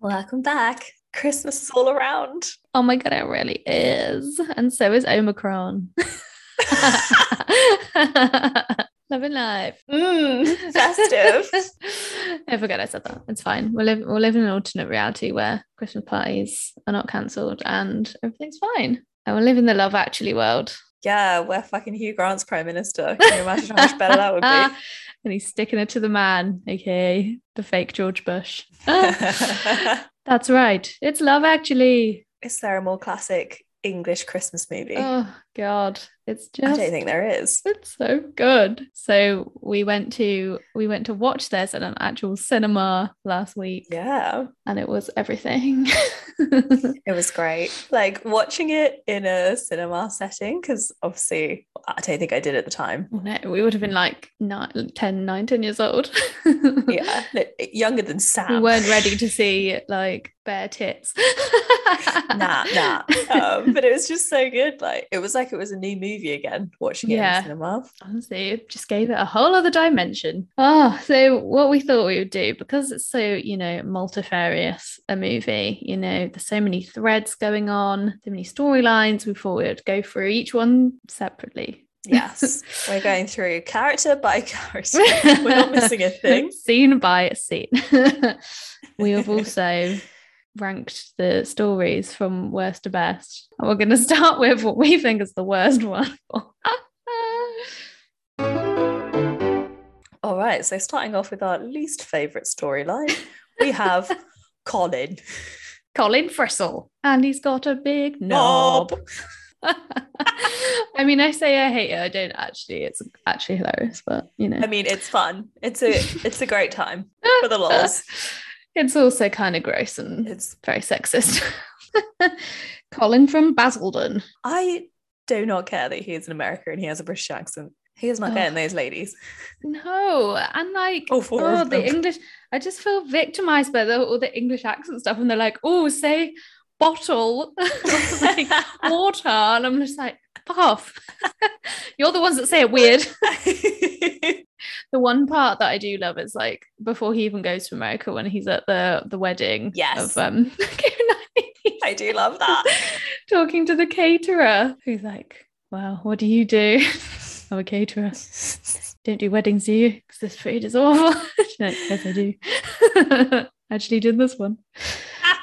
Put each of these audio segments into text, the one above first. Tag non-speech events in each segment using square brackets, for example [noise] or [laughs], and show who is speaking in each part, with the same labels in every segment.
Speaker 1: Welcome back. Christmas is all around.
Speaker 2: Oh my god, it really is. And so is Omicron. [laughs] Loving life.
Speaker 1: Mm, festive.
Speaker 2: [laughs] I forget I said that. It's fine. We're living we're living in an alternate reality where Christmas parties are not cancelled and everything's fine. And we're living the love actually world.
Speaker 1: yeah, we're fucking Hugh Grant's prime minister. Can you imagine how much better that would be?
Speaker 2: [laughs] and he's sticking it to the man, aka the fake George
Speaker 1: [laughs]
Speaker 2: Bush. [laughs] That's right. It's love actually.
Speaker 1: is there a more classic English Christmas movie?
Speaker 2: Oh god. It's
Speaker 1: I
Speaker 2: just
Speaker 1: don't think there is.
Speaker 2: It's so good. So we went to we went to watch this at an actual cinema last week,
Speaker 1: Yeah,
Speaker 2: and it was everything. [laughs]
Speaker 1: it was great. Like watching it in a cinema setting, because obviously I don't think I did at the time.
Speaker 2: no, we would have been like nine, 10, 9, 10 years old. [laughs]
Speaker 1: Yeah, li- younger than Sam.
Speaker 2: we weren't ready to see like bare tits.
Speaker 1: [laughs] nah,
Speaker 2: [laughs]
Speaker 1: nah. Um, but it was just so good. Like it was like it was a new movie again. Watching it in
Speaker 2: Yeah.
Speaker 1: the cinema.
Speaker 2: honestly it just gave it a whole other dimension oh so what we thought we would do because it's so you know multifarious a movie you know there's so many threads going on so many storylines we thought we would go through each one separately [laughs]
Speaker 1: Yes, we're going through character by [laughs] character. We're not missing a
Speaker 2: [laughs]
Speaker 1: thing.
Speaker 2: scene by scene [laughs] we have also ranked the stories from worst to best and we're going to [laughs] start with what we think is the worst one [laughs]
Speaker 1: All right, so starting off with our least favorite storyline, we
Speaker 2: [laughs]
Speaker 1: have Colin.
Speaker 2: Colin Frisell, and he's got a big knob. [laughs] I mean, I say I hate it. I don't actually. It's actually hilarious, but you know,
Speaker 1: I mean, it's fun. It's a it's a great time for the lols.
Speaker 2: [laughs] it's also kind of gross and
Speaker 1: It's
Speaker 2: very sexist. [laughs] Colin from Basildon.
Speaker 1: I do not care that he is in America and he has a British accent. He is not
Speaker 2: Ugh.
Speaker 1: getting those ladies.
Speaker 2: No, and like,
Speaker 1: All four
Speaker 2: oh,
Speaker 1: of
Speaker 2: the
Speaker 1: them.
Speaker 2: English. I just feel victimized by the, all the English accent stuff, and they're like, oh, say bottle, [laughs] like water, and I'm just like, puff. [laughs] You're the ones that say it weird. the one part that I do love is like before he even goes to America when he's at the the wedding
Speaker 1: Yes.
Speaker 2: of um [laughs] Keira
Speaker 1: [laughs] I do
Speaker 2: [laughs]
Speaker 1: love that.
Speaker 2: Knightley, talking to the caterer who's like, "Wow, what do you do?" [laughs] I'm a caterer. [laughs] Don't do weddings, do you? Because this food is awful. [laughs] She's like, yes, I do. [laughs] Actually, did this one,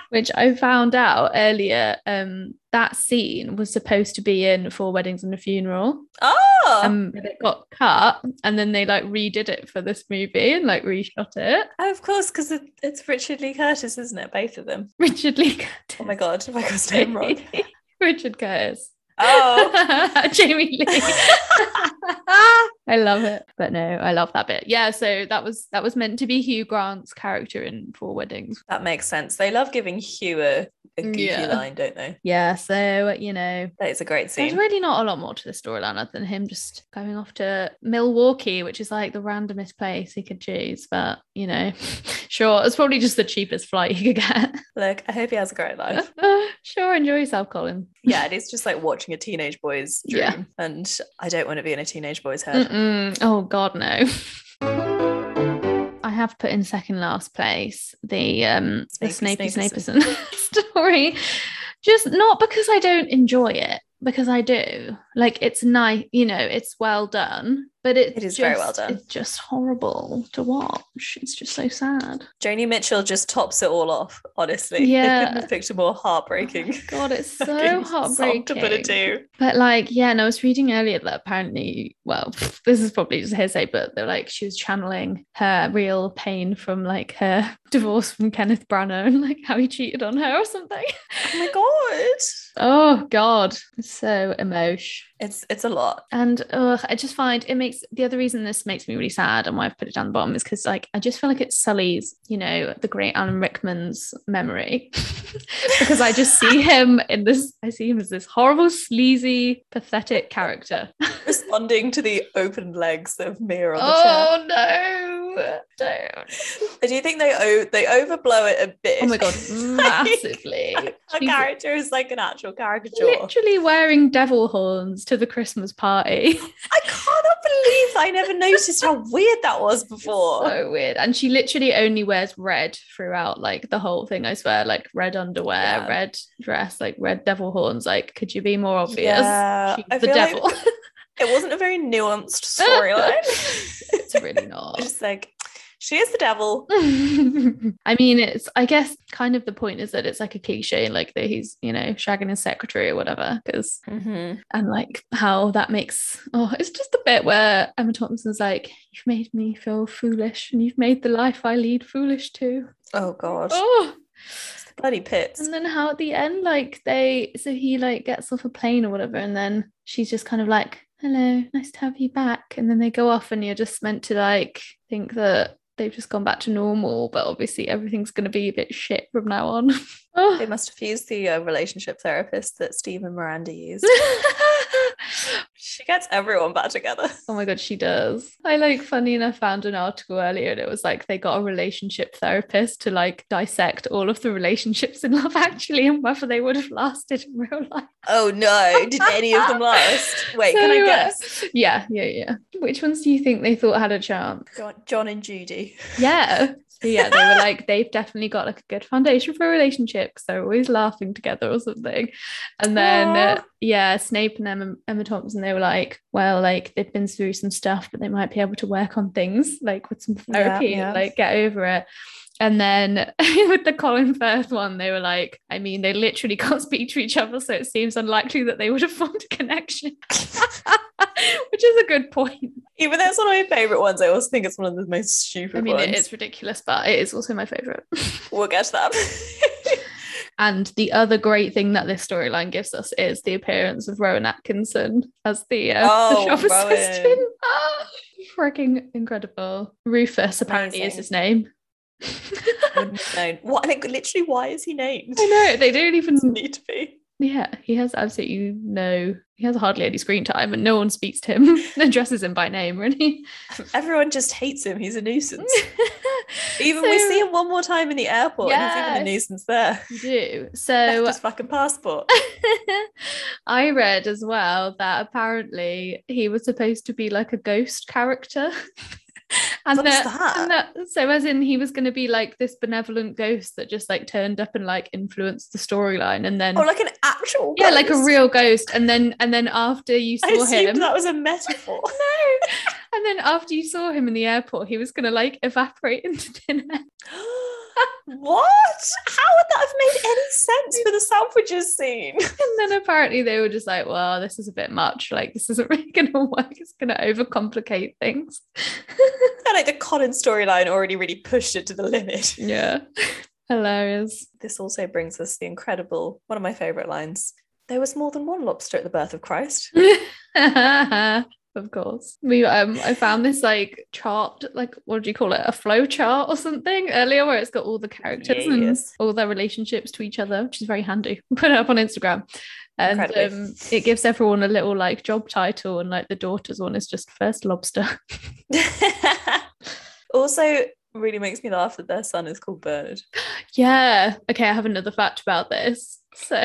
Speaker 2: which I found out earlier. Um, that scene was supposed to be in Four Weddings and a Funeral
Speaker 1: Oh,
Speaker 2: um but it got cut and then they like redid it for this movie and like reshot it [laughs]
Speaker 1: of course, because it, it's Richard Lee Curtis, isn't it? Both of them.
Speaker 2: richard lee curtis
Speaker 1: Oh my god, have I got his
Speaker 2: [laughs]
Speaker 1: name wrong?
Speaker 2: richard curtis
Speaker 1: Oh,
Speaker 2: [laughs] jamie lee i love it but no i love that bit yeah so that was that was meant to be hugh grant's character in four weddings
Speaker 1: that makes sense. They love giving Hugh a, a goofy
Speaker 2: Yeah.
Speaker 1: line, don't they?
Speaker 2: yeah so you know
Speaker 1: That is a great
Speaker 2: there's
Speaker 1: scene.
Speaker 2: really not a lot more to the storyline other than him just going off to Milwaukee, which is like the randomest place he could choose. But you know, [laughs] sure, it's probably just the cheapest flight he could get.
Speaker 1: Look, I hope he has a
Speaker 2: [laughs]
Speaker 1: great life.
Speaker 2: sure, enjoy yourself, Colin.
Speaker 1: yeah, it is just like watching a teenage boy's dream,
Speaker 2: Yeah.
Speaker 1: and I don't want to be in a teenage boy's head.
Speaker 2: Mm-mm. Oh God, no. [laughs] I have put in second last place the um the
Speaker 1: Snapey
Speaker 2: Snapey
Speaker 1: Snaperson.
Speaker 2: Snaperson [laughs] story, just not because I don't enjoy it, because I do. Like it's nice, you know, it's well done, but it,
Speaker 1: It is very well
Speaker 2: just-
Speaker 1: done.
Speaker 2: It's just horrible to watch. It's just so sad.
Speaker 1: Joni Mitchell just tops it all off, honestly. [laughs] They couldn't
Speaker 2: Yeah.
Speaker 1: have picked a more
Speaker 2: Oh
Speaker 1: heartbreaking.
Speaker 2: my God, it's [laughs] so
Speaker 1: [laughs] fucking song to put it
Speaker 2: heartbreaking.
Speaker 1: to. Oh
Speaker 2: But like, yeah, and I was reading earlier that apparently, well, [laughs] this is probably just hearsay, but they're like she was channeling her real pain from like her [laughs] divorce from Kenneth Branagh and like how he cheated on her or something. [laughs]
Speaker 1: Oh my god.
Speaker 2: oh God, so emotion.
Speaker 1: It's it's a lot.
Speaker 2: And ugh, I just find it makes the other reason this makes me really sad and why I've put it down the bottom is because like I just feel like it sullies, you know, the great Alan Rickman's memory. [laughs] because I just see him in this, I see him as this horrible, sleazy, pathetic character.
Speaker 1: Responding to the open legs of Mia on the chair.
Speaker 2: Oh no. Don't.
Speaker 1: I do think they o- they overblow it a bit.
Speaker 2: Oh my god,
Speaker 1: [laughs] Like, [laughs]
Speaker 2: massively.
Speaker 1: Her
Speaker 2: She's
Speaker 1: character is like an actual caricature.
Speaker 2: literally wearing devil horns to the Christmas party. [laughs]
Speaker 1: I cannot believe I never noticed how weird that was [laughs] before.
Speaker 2: So weird. And she literally only wears red throughout like the whole thing, I swear. Like red underwear,
Speaker 1: Yeah.
Speaker 2: red dress, like red devil horns. Like, could you be more obvious?
Speaker 1: Yeah,
Speaker 2: She's
Speaker 1: I
Speaker 2: the
Speaker 1: feel like-
Speaker 2: devil. [laughs]
Speaker 1: it wasn't a very nuanced storyline.
Speaker 2: it's really
Speaker 1: [laughs]
Speaker 2: not. [laughs]
Speaker 1: Just like she is the devil.
Speaker 2: I mean, it's I guess kind of the point is that it's like a cliche, like that he's, you know, shagging his secretary or whatever. Because and like how that makes oh, it's just a bit where Emma Thompson's like, You've made me feel foolish and you've made the life I lead foolish too.
Speaker 1: Oh god,
Speaker 2: Oh,
Speaker 1: bloody pits.
Speaker 2: And then how at the end, like they, so he like gets off a plane or whatever, and then she's just kind of like, "Hello, nice to have you back." And then they go off, and you're just meant to like think that they've just gone back to normal, but obviously everything's gonna be a bit shit from now on.
Speaker 1: They
Speaker 2: [laughs] Oh.
Speaker 1: must have used the uh, relationship therapist that Steve and
Speaker 2: [laughs]
Speaker 1: Miranda used. she gets everyone back together.
Speaker 2: Oh my god, she does. I like funny enough found an article earlier and it was like they got a relationship therapist to like dissect all of the relationships in love [laughs] actually and whether they would have lasted in real life.
Speaker 1: Oh no, did any of them last?
Speaker 2: [laughs]
Speaker 1: Wait, can I
Speaker 2: So, uh,
Speaker 1: guess?
Speaker 2: Yeah, yeah, yeah. Which ones do you think they thought had a chance?
Speaker 1: John, John and Judy.
Speaker 2: Yeah. [laughs] So yeah, they were like, they've definitely got like a good foundation for a relationship because they're always laughing together or something. And then, uh,
Speaker 1: Aw.
Speaker 2: yeah, Snape and Emma, Emma Thompson, they were like, well, like they've been through some stuff, but they might be able to work on things like with some
Speaker 1: Yeah,
Speaker 2: therapy
Speaker 1: yeah.
Speaker 2: and like get over it. And then [laughs] with the Colin Firth one, they were like, I mean, they literally [laughs] can't speak to each other, so it seems unlikely that they would have [laughs] formed a
Speaker 1: [laughs]
Speaker 2: connection, [laughs] which is a good point.
Speaker 1: Even though it's one of my favorite ones, I also think it's one of the most stupid
Speaker 2: I mean,
Speaker 1: ones.
Speaker 2: it is ridiculous, but it is also my favorite.
Speaker 1: We'll get to that. [laughs]
Speaker 2: and the other great thing that this storyline gives us is the appearance of Rowan Atkinson as the, uh,
Speaker 1: Oh,
Speaker 2: [laughs] the shop
Speaker 1: Rowan.
Speaker 2: assistant. Ah, freaking incredible. Rufus apparently is
Speaker 1: Amazing.
Speaker 2: his name.
Speaker 1: Wouldn't have known. What? Like, literally, why is he named?
Speaker 2: [laughs] I know they don't even.
Speaker 1: [laughs] Doesn't need to be.
Speaker 2: Yeah, he has absolutely no. He has hardly any screen time, and no one speaks to him. [laughs] addresses him by name,
Speaker 1: [laughs]
Speaker 2: really. [laughs]
Speaker 1: Everyone just hates him. He's a nuisance. Even we
Speaker 2: So-
Speaker 1: see him one more time in the airport, and he's even
Speaker 2: Yes.
Speaker 1: a nuisance there.
Speaker 2: You do
Speaker 1: [laughs] Left
Speaker 2: so.
Speaker 1: his
Speaker 2: [laughs]
Speaker 1: fucking passport.
Speaker 2: I read as well that apparently he was supposed to be like a ghost character. [laughs] And
Speaker 1: What's
Speaker 2: that,
Speaker 1: that?
Speaker 2: and that- so as in he was going to be like this benevolent ghost that just like turned up and like influenced the storyline and then
Speaker 1: Oh, like an actual.
Speaker 2: yeah like a
Speaker 1: ghost.
Speaker 2: real ghost and then and then after you
Speaker 1: I
Speaker 2: saw
Speaker 1: assumed
Speaker 2: him
Speaker 1: that was a
Speaker 2: [laughs]
Speaker 1: metaphor. [gasps]
Speaker 2: no and then after you saw him in the airport he was going to like evaporate [laughs] into thin air
Speaker 1: what? How would that have made any sense for the sandwiches scene? [laughs]
Speaker 2: And then apparently they were just like, well, this is a bit much. Like, this isn't really going to [laughs] work. It's going to overcomplicate things.
Speaker 1: And like the Colin storyline already really pushed it to the limit. [laughs]
Speaker 2: yeah. [laughs] Hilarious. [laughs]
Speaker 1: This also brings us the incredible one of my favorite lines. There was more than one lobster at the birth of Christ.
Speaker 2: of course. We um I found this like chart, like what do you call it? A flow chart or something earlier where it's got all the characters and
Speaker 1: Yes.
Speaker 2: all their relationships to each other, which is very handy. [laughs] Put it up on Instagram. And
Speaker 1: Incredibly.
Speaker 2: um, it gives everyone a little like job title and like the daughter's one is just first lobster. [laughs]
Speaker 1: [laughs] also, really makes me laugh that their son is called Bernard.
Speaker 2: Yeah. Okay, I have another fact about this. So,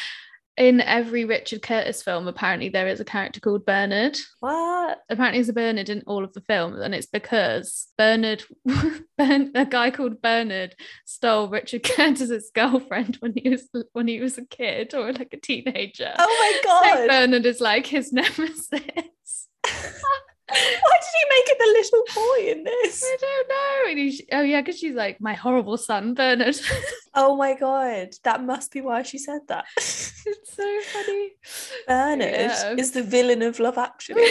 Speaker 2: [laughs] in every Richard Curtis film, apparently there is a character called Bernard. [laughs]
Speaker 1: What?
Speaker 2: Apparently, there's a Bernard in all of the films, and it's because Bernard, [laughs] Bern, a guy called Bernard, stole Richard [laughs] Curtis's girlfriend when he was when he was a kid or like a teenager.
Speaker 1: Oh
Speaker 2: So
Speaker 1: my god!
Speaker 2: Bernard is like his [laughs] nemesis.
Speaker 1: Why did he make it the little boy
Speaker 2: [laughs]
Speaker 1: in this?
Speaker 2: I don't know. And he's, oh yeah, because she's like my horrible son, Bernard. [laughs]
Speaker 1: Oh my god! That must be why she said that.
Speaker 2: it's so funny.
Speaker 1: Bernard
Speaker 2: Yeah.
Speaker 1: is the villain of Love Actually.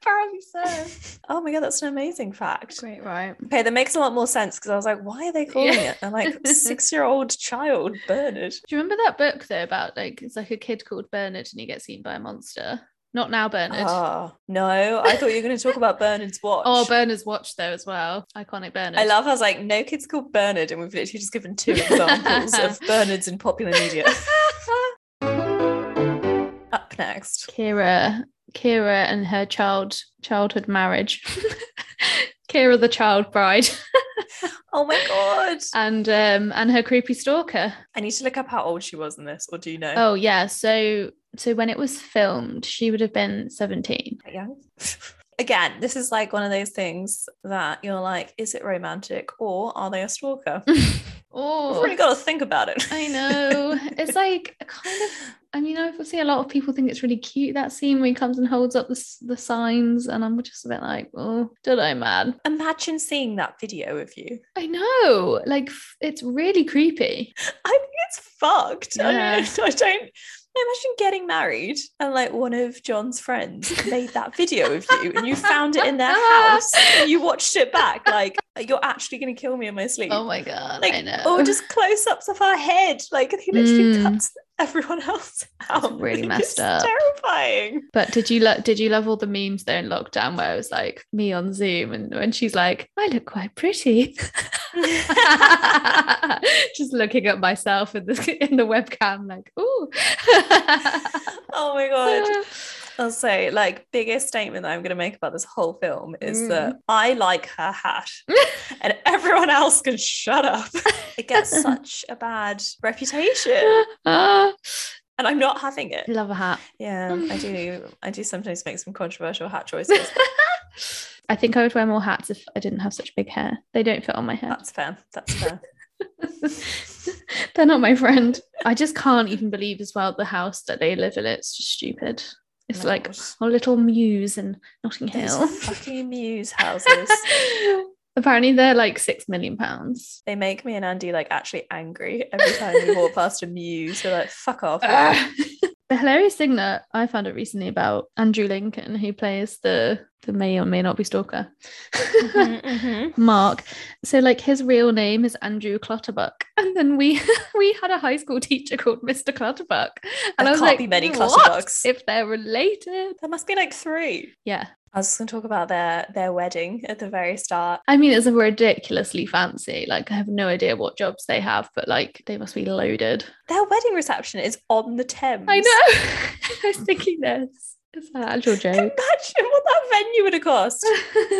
Speaker 2: Apparently so.
Speaker 1: oh my god, that's an amazing fact.
Speaker 2: Great, right?
Speaker 1: Okay, that makes a lot more sense because I was like, why are they calling
Speaker 2: Yeah.
Speaker 1: it?
Speaker 2: [laughs]
Speaker 1: And like six-year-old child Bernard.
Speaker 2: Do you remember that book though about like it's like a kid called Bernard and he gets eaten by a monster? Not now, Bernard.
Speaker 1: Ah, no, I thought you were going to talk about Bernard's watch.
Speaker 2: oh, Bernard's watch though as well. Iconic Bernard. [laughs]
Speaker 1: I love. I was like, no kid's called Bernard, and we've literally just given two examples [laughs] of Bernards in popular media. Up next,
Speaker 2: Kira, Kira and her child childhood [laughs] marriage. Kira the child bride
Speaker 1: oh my god,
Speaker 2: and um and her creepy stalker.
Speaker 1: I need to look up how old she was in this, or do you know?
Speaker 2: Oh yeah, so so when it was filmed, she would have been 17.
Speaker 1: Quite young. [laughs] again, this is like one of those things that you're like, is it romantic or are they a stalker? I've
Speaker 2: oh,
Speaker 1: really got to think about it.
Speaker 2: I know. It's like a kind of. I mean, obviously, a lot of people think it's really cute that scene where he comes and holds up the s- the signs, and I'm just a bit like, oh, don't know, man.
Speaker 1: [laughs] Imagine seeing that video of you.
Speaker 2: I know. Like, f- it's really creepy.
Speaker 1: I think it's fucked. I,
Speaker 2: Yeah.
Speaker 1: don't, [laughs] I don't. Imagine getting married and like one of John's friends made that video of you and you found it
Speaker 2: [laughs]
Speaker 1: in their house and you watched it back like you're actually going to kill me in my sleep.
Speaker 2: Oh my god, I
Speaker 1: like
Speaker 2: know.
Speaker 1: or just close ups of her head. Like he literally
Speaker 2: Mm.
Speaker 1: cuts everyone [laughs] else out.
Speaker 2: really
Speaker 1: It's
Speaker 2: messed up.
Speaker 1: Terrifying.
Speaker 2: [laughs] But did you lo- did you love all the memes though in lockdown where it was like me on Zoom and when she's like, I look quite pretty, [laughs]
Speaker 1: Oh
Speaker 2: just looking at myself in the in the webcam like, ooh.
Speaker 1: Oh my god. I'll say, like, biggest statement that I'm going to make about this whole film is
Speaker 2: Mm.
Speaker 1: that I like her
Speaker 2: [laughs]
Speaker 1: hat and everyone else can shut up. It gets such a bad reputation
Speaker 2: [laughs] Ah,
Speaker 1: and I'm not having it.
Speaker 2: love a hat.
Speaker 1: Yeah, I do. I do sometimes make some controversial hat choices.
Speaker 2: I think I would wear more hats if I didn't have such big hair. They don't fit on my head.
Speaker 1: That's fair. That's fair.
Speaker 2: [laughs] They're not my friend. I just can't even believe as well the house that they live in. It's just stupid. [laughs] It's like
Speaker 1: Lord.
Speaker 2: a little muse in Notting
Speaker 1: Oh Those
Speaker 2: Hill.
Speaker 1: fucking muse houses.
Speaker 2: [laughs] Apparently they're like six million
Speaker 1: [laughs]
Speaker 2: pounds.
Speaker 1: They make me and Andy like actually angry every time we walk past a muse. We're like,
Speaker 2: [laughs]
Speaker 1: fuck off.
Speaker 2: Ah. the hilarious thing that I found out recently about Andrew Lincoln, who plays the the may or may not be stalker.
Speaker 1: Mhm, mhm.
Speaker 2: Mark. So like his real name is Andrew Clutterbuck. [laughs] And then we we had a high school teacher called Mr. Clutterbuck. And
Speaker 1: There
Speaker 2: I was
Speaker 1: can't
Speaker 2: like,
Speaker 1: be many
Speaker 2: "What
Speaker 1: Clutterbucks."
Speaker 2: If they're related.
Speaker 1: There must be like three.
Speaker 2: Yeah.
Speaker 1: I was going to talk about their their wedding at the very start.
Speaker 2: I mean, it's a ridiculously fancy. Like, I have no idea what jobs they have, but like, they must be loaded.
Speaker 1: Their wedding reception is on the Thames.
Speaker 2: I
Speaker 1: [laughs]
Speaker 2: know. [laughs] I was thinking this. It's an actual joke.
Speaker 1: Imagine what that venue would have cost.
Speaker 2: [laughs] like,
Speaker 1: [laughs]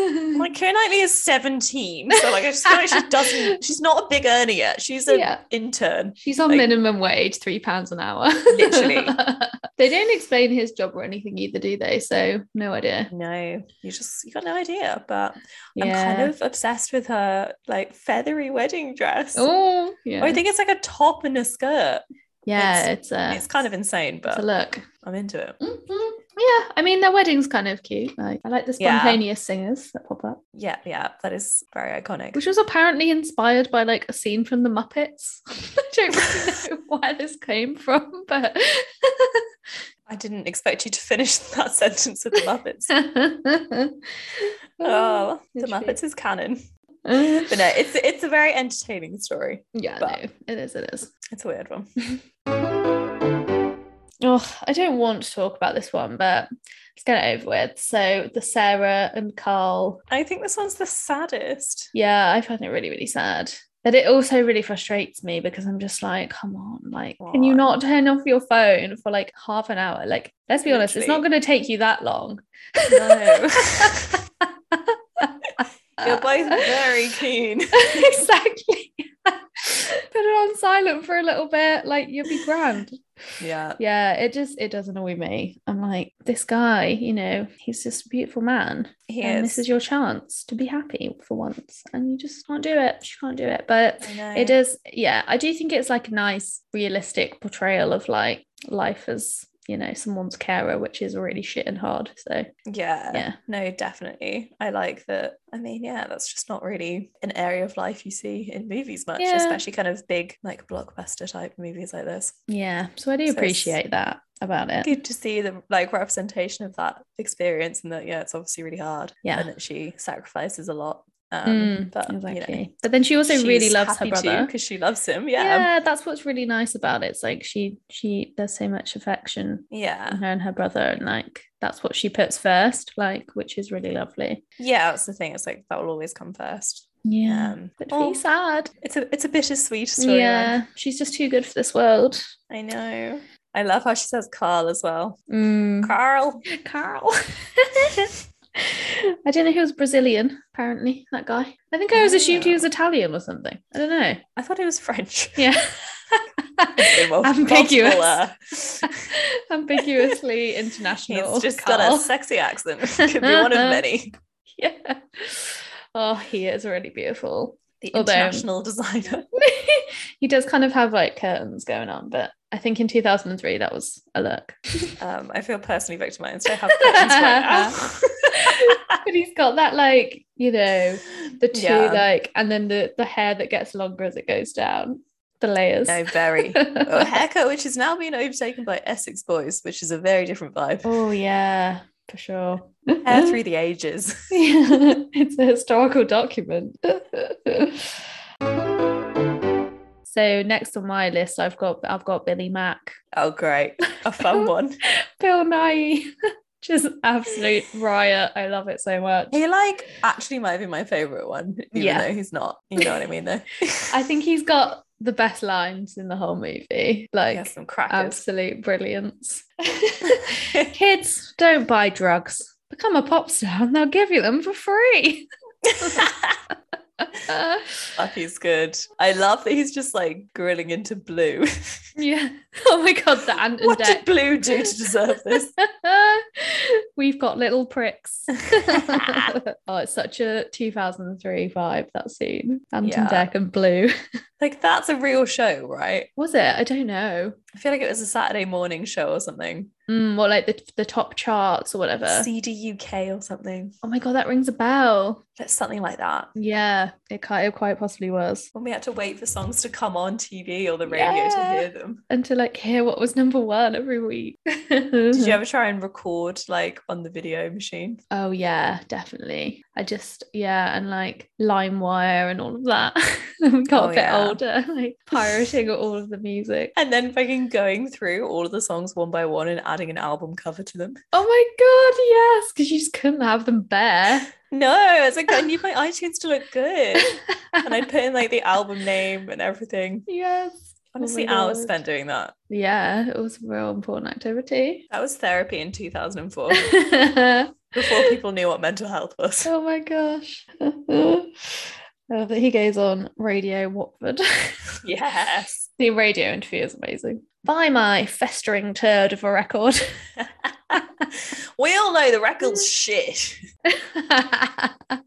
Speaker 1: Like Keira Knightley is 17. So like I just feel like she
Speaker 2: [laughs]
Speaker 1: doesn't she's not a big earner yet. She's an
Speaker 2: yeah.
Speaker 1: intern.
Speaker 2: She's on
Speaker 1: Like-
Speaker 2: minimum wage, three pounds an hour.
Speaker 1: Literally.
Speaker 2: [laughs] they don't explain his job or anything either, do they? So no idea.
Speaker 1: No, you just you got no idea. But
Speaker 2: Yeah.
Speaker 1: I'm kind of obsessed with her like feathery wedding dress.
Speaker 2: oh, yeah.
Speaker 1: Or I think it's like a top and a skirt.
Speaker 2: yeah, it's, uh,
Speaker 1: It's kind of insane,
Speaker 2: it's a
Speaker 1: but
Speaker 2: look.
Speaker 1: I'm into it.
Speaker 2: Mm, mm. Yeah, I mean their wedding's kind of cute. Like I like the
Speaker 1: Yeah.
Speaker 2: spontaneous singers that pop up,
Speaker 1: Yeah, yeah, that is very iconic.
Speaker 2: which was apparently inspired by like a scene from the Muppets. [laughs] I don't [laughs] really know where this came from, but [laughs]
Speaker 1: I didn't expect you to finish [laughs] that sentence with the Muppets. Oh, the Muppets is canon. But no, it's it's a very entertaining story.
Speaker 2: yeah,
Speaker 1: but-
Speaker 2: no, it is. It is.
Speaker 1: It's a weird one.
Speaker 2: Oh, I don't want to talk about this one, but let's get it over with. So the Sarah and Carl.
Speaker 1: I think this one's the [laughs] saddest.
Speaker 2: Yeah, I found it really, really sad. But it also really frustrates me because I'm just like, come on, like, can you
Speaker 1: Why?
Speaker 2: not turn off your phone for like half an hour? Like, let's be honest, it's not
Speaker 1: Literally.
Speaker 2: going to take you that long.
Speaker 1: No. [laughs] You're
Speaker 2: [laughs]
Speaker 1: both very keen.
Speaker 2: exactly. [laughs] Put it on silent for a little bit, like you'll be grand.
Speaker 1: Yeah.
Speaker 2: Yeah, it just it does annoy me. I'm like, this guy, you know, he's just a beautiful man.
Speaker 1: He
Speaker 2: and
Speaker 1: is.
Speaker 2: Um, this is your chance to be happy for once. And you just can't do it. You can't do it. But
Speaker 1: I know.
Speaker 2: it is, yeah, I do think it's like a nice, realistic portrayal of like life as, you know, someone's carer, which is really shit and hard. So
Speaker 1: Yeah.
Speaker 2: yeah.
Speaker 1: No, definitely. I like that. I mean, yeah, that's just not really an area of life you see in movies much,
Speaker 2: Yeah.
Speaker 1: especially kind of big, like blockbuster type movies like this.
Speaker 2: Yeah. So I do
Speaker 1: So it's-
Speaker 2: appreciate that about it.
Speaker 1: Good to see the like representation of that experience and that, yeah, it's obviously really hard.
Speaker 2: Yeah.
Speaker 1: And that she sacrifices a lot. Um,
Speaker 2: Mm,
Speaker 1: but you
Speaker 2: exactly.
Speaker 1: know,
Speaker 2: But then she also really
Speaker 1: she's
Speaker 2: loves her
Speaker 1: happy to
Speaker 2: brother.
Speaker 1: because she loves him.
Speaker 2: yeah.
Speaker 1: Yeah.
Speaker 2: that's what's really nice about it. It's like she she there's so much affection
Speaker 1: Yeah.
Speaker 2: in her and her brother, and like that's what she puts first, like which is really lovely.
Speaker 1: Yeah. That's the thing. It's like that will always come first.
Speaker 2: Yeah.
Speaker 1: Um,
Speaker 2: But
Speaker 1: oh,
Speaker 2: he's sad.
Speaker 1: it's a it's a bittersweet story.
Speaker 2: Yeah, she's just too good for this world.
Speaker 1: I know. Mm. I love how she says Carl as well.
Speaker 2: [laughs] Mm.
Speaker 1: Carl.
Speaker 2: Carl. I don't know he was Brazilian, apparently, that guy. I think I always assumed
Speaker 1: Oh.
Speaker 2: he was Italian or something. I don't know.
Speaker 1: I thought it was French.
Speaker 2: [laughs] Yeah.
Speaker 1: Okay, well,
Speaker 2: Ambiguous.
Speaker 1: multiple,
Speaker 2: [laughs]
Speaker 1: uh, [laughs]
Speaker 2: Ambiguously international.
Speaker 1: He's just
Speaker 2: Oh, Carl.
Speaker 1: got a sexy accent. Could be one of many.
Speaker 2: [laughs] Yeah. Oh, he is really beautiful. [laughs]
Speaker 1: The
Speaker 2: Although-
Speaker 1: international designer.
Speaker 2: he does kind of have like curtains going on, but I think in 2003 that was a look.
Speaker 1: Um, I feel personally victimized. I have curtains
Speaker 2: [laughs]
Speaker 1: right
Speaker 2: but he's got that like, you know,
Speaker 1: now.
Speaker 2: the two
Speaker 1: Yeah.
Speaker 2: like and then the the hair that gets longer as it goes down, the layers. [laughs]
Speaker 1: No, very. Oh, a haircut which is now being overtaken by Essex Boys, which is a very different vibe.
Speaker 2: oh yeah, for sure.
Speaker 1: Hair through the ages.
Speaker 2: Yeah, [laughs] it's a historical document. [laughs] so next on my list, I've got I've got Billy Mack,
Speaker 1: Oh, great. A fun one.
Speaker 2: Bill Nye, [laughs] just absolute riot. I love it so much.
Speaker 1: He, like, actually might be my favorite one, even
Speaker 2: Yeah.
Speaker 1: though he's not. You know what I mean, though?
Speaker 2: I think he's got the best lines in the whole movie. Like
Speaker 1: yeah, some crackers.
Speaker 2: absolute
Speaker 1: [laughs]
Speaker 2: brilliance. Kids, don't buy drugs. Become a pop star and they'll give you them for free.
Speaker 1: [laughs] Fuck, he's good. I love that he's just like grilling into blue. [laughs]
Speaker 2: yeah. Oh my god, the ant and
Speaker 1: what
Speaker 2: deck.
Speaker 1: did blue do to deserve this?
Speaker 2: [laughs] We've got little
Speaker 1: [laughs]
Speaker 2: pricks. oh, it's such a 2003 vibe, that scene. Ant
Speaker 1: Yeah.
Speaker 2: and Deck and Blue.
Speaker 1: Like, that's a real show, right?
Speaker 2: Was it? I don't know.
Speaker 1: I feel like it was a Saturday morning show or something.
Speaker 2: Mm, or like the, the top charts or whatever.
Speaker 1: CD UK or something.
Speaker 2: Oh my God, that rings a bell.
Speaker 1: It's something like that.
Speaker 2: Yeah, it quite, it quite possibly was.
Speaker 1: When we had to wait for songs to come on TV or the radio to
Speaker 2: Yeah.
Speaker 1: hear them.
Speaker 2: And to like hear what was number one every week. [laughs]
Speaker 1: Did
Speaker 2: Mm-hmm.
Speaker 1: you ever try and record like on the video machine?
Speaker 2: Oh yeah, definitely. I just yeah, and like LimeWire and all of that. [laughs] We Got
Speaker 1: Oh,
Speaker 2: a bit
Speaker 1: yeah.
Speaker 2: older, [laughs] like pirating all of the music.
Speaker 1: And then fucking going through all of the songs one by one and adding an album cover to them.
Speaker 2: Oh my god, yes, because you just couldn't have them bare.
Speaker 1: No, it's like I need [laughs] my iTunes to look good.
Speaker 2: [laughs]
Speaker 1: And I'd put in like the album name and everything.
Speaker 2: yes. Oh my
Speaker 1: Honestly, hours
Speaker 2: God.
Speaker 1: spent doing that.
Speaker 2: Yeah, it was a real important activity.
Speaker 1: That was therapy in 2004
Speaker 2: [laughs] oh
Speaker 1: before people knew what mental health was.
Speaker 2: my gosh. [laughs] oh, but he goes on Radio Watford. [laughs]
Speaker 1: [laughs] Yes.
Speaker 2: The radio interview is amazing. By my festering turd of a record. [laughs]
Speaker 1: we all know the record's shit.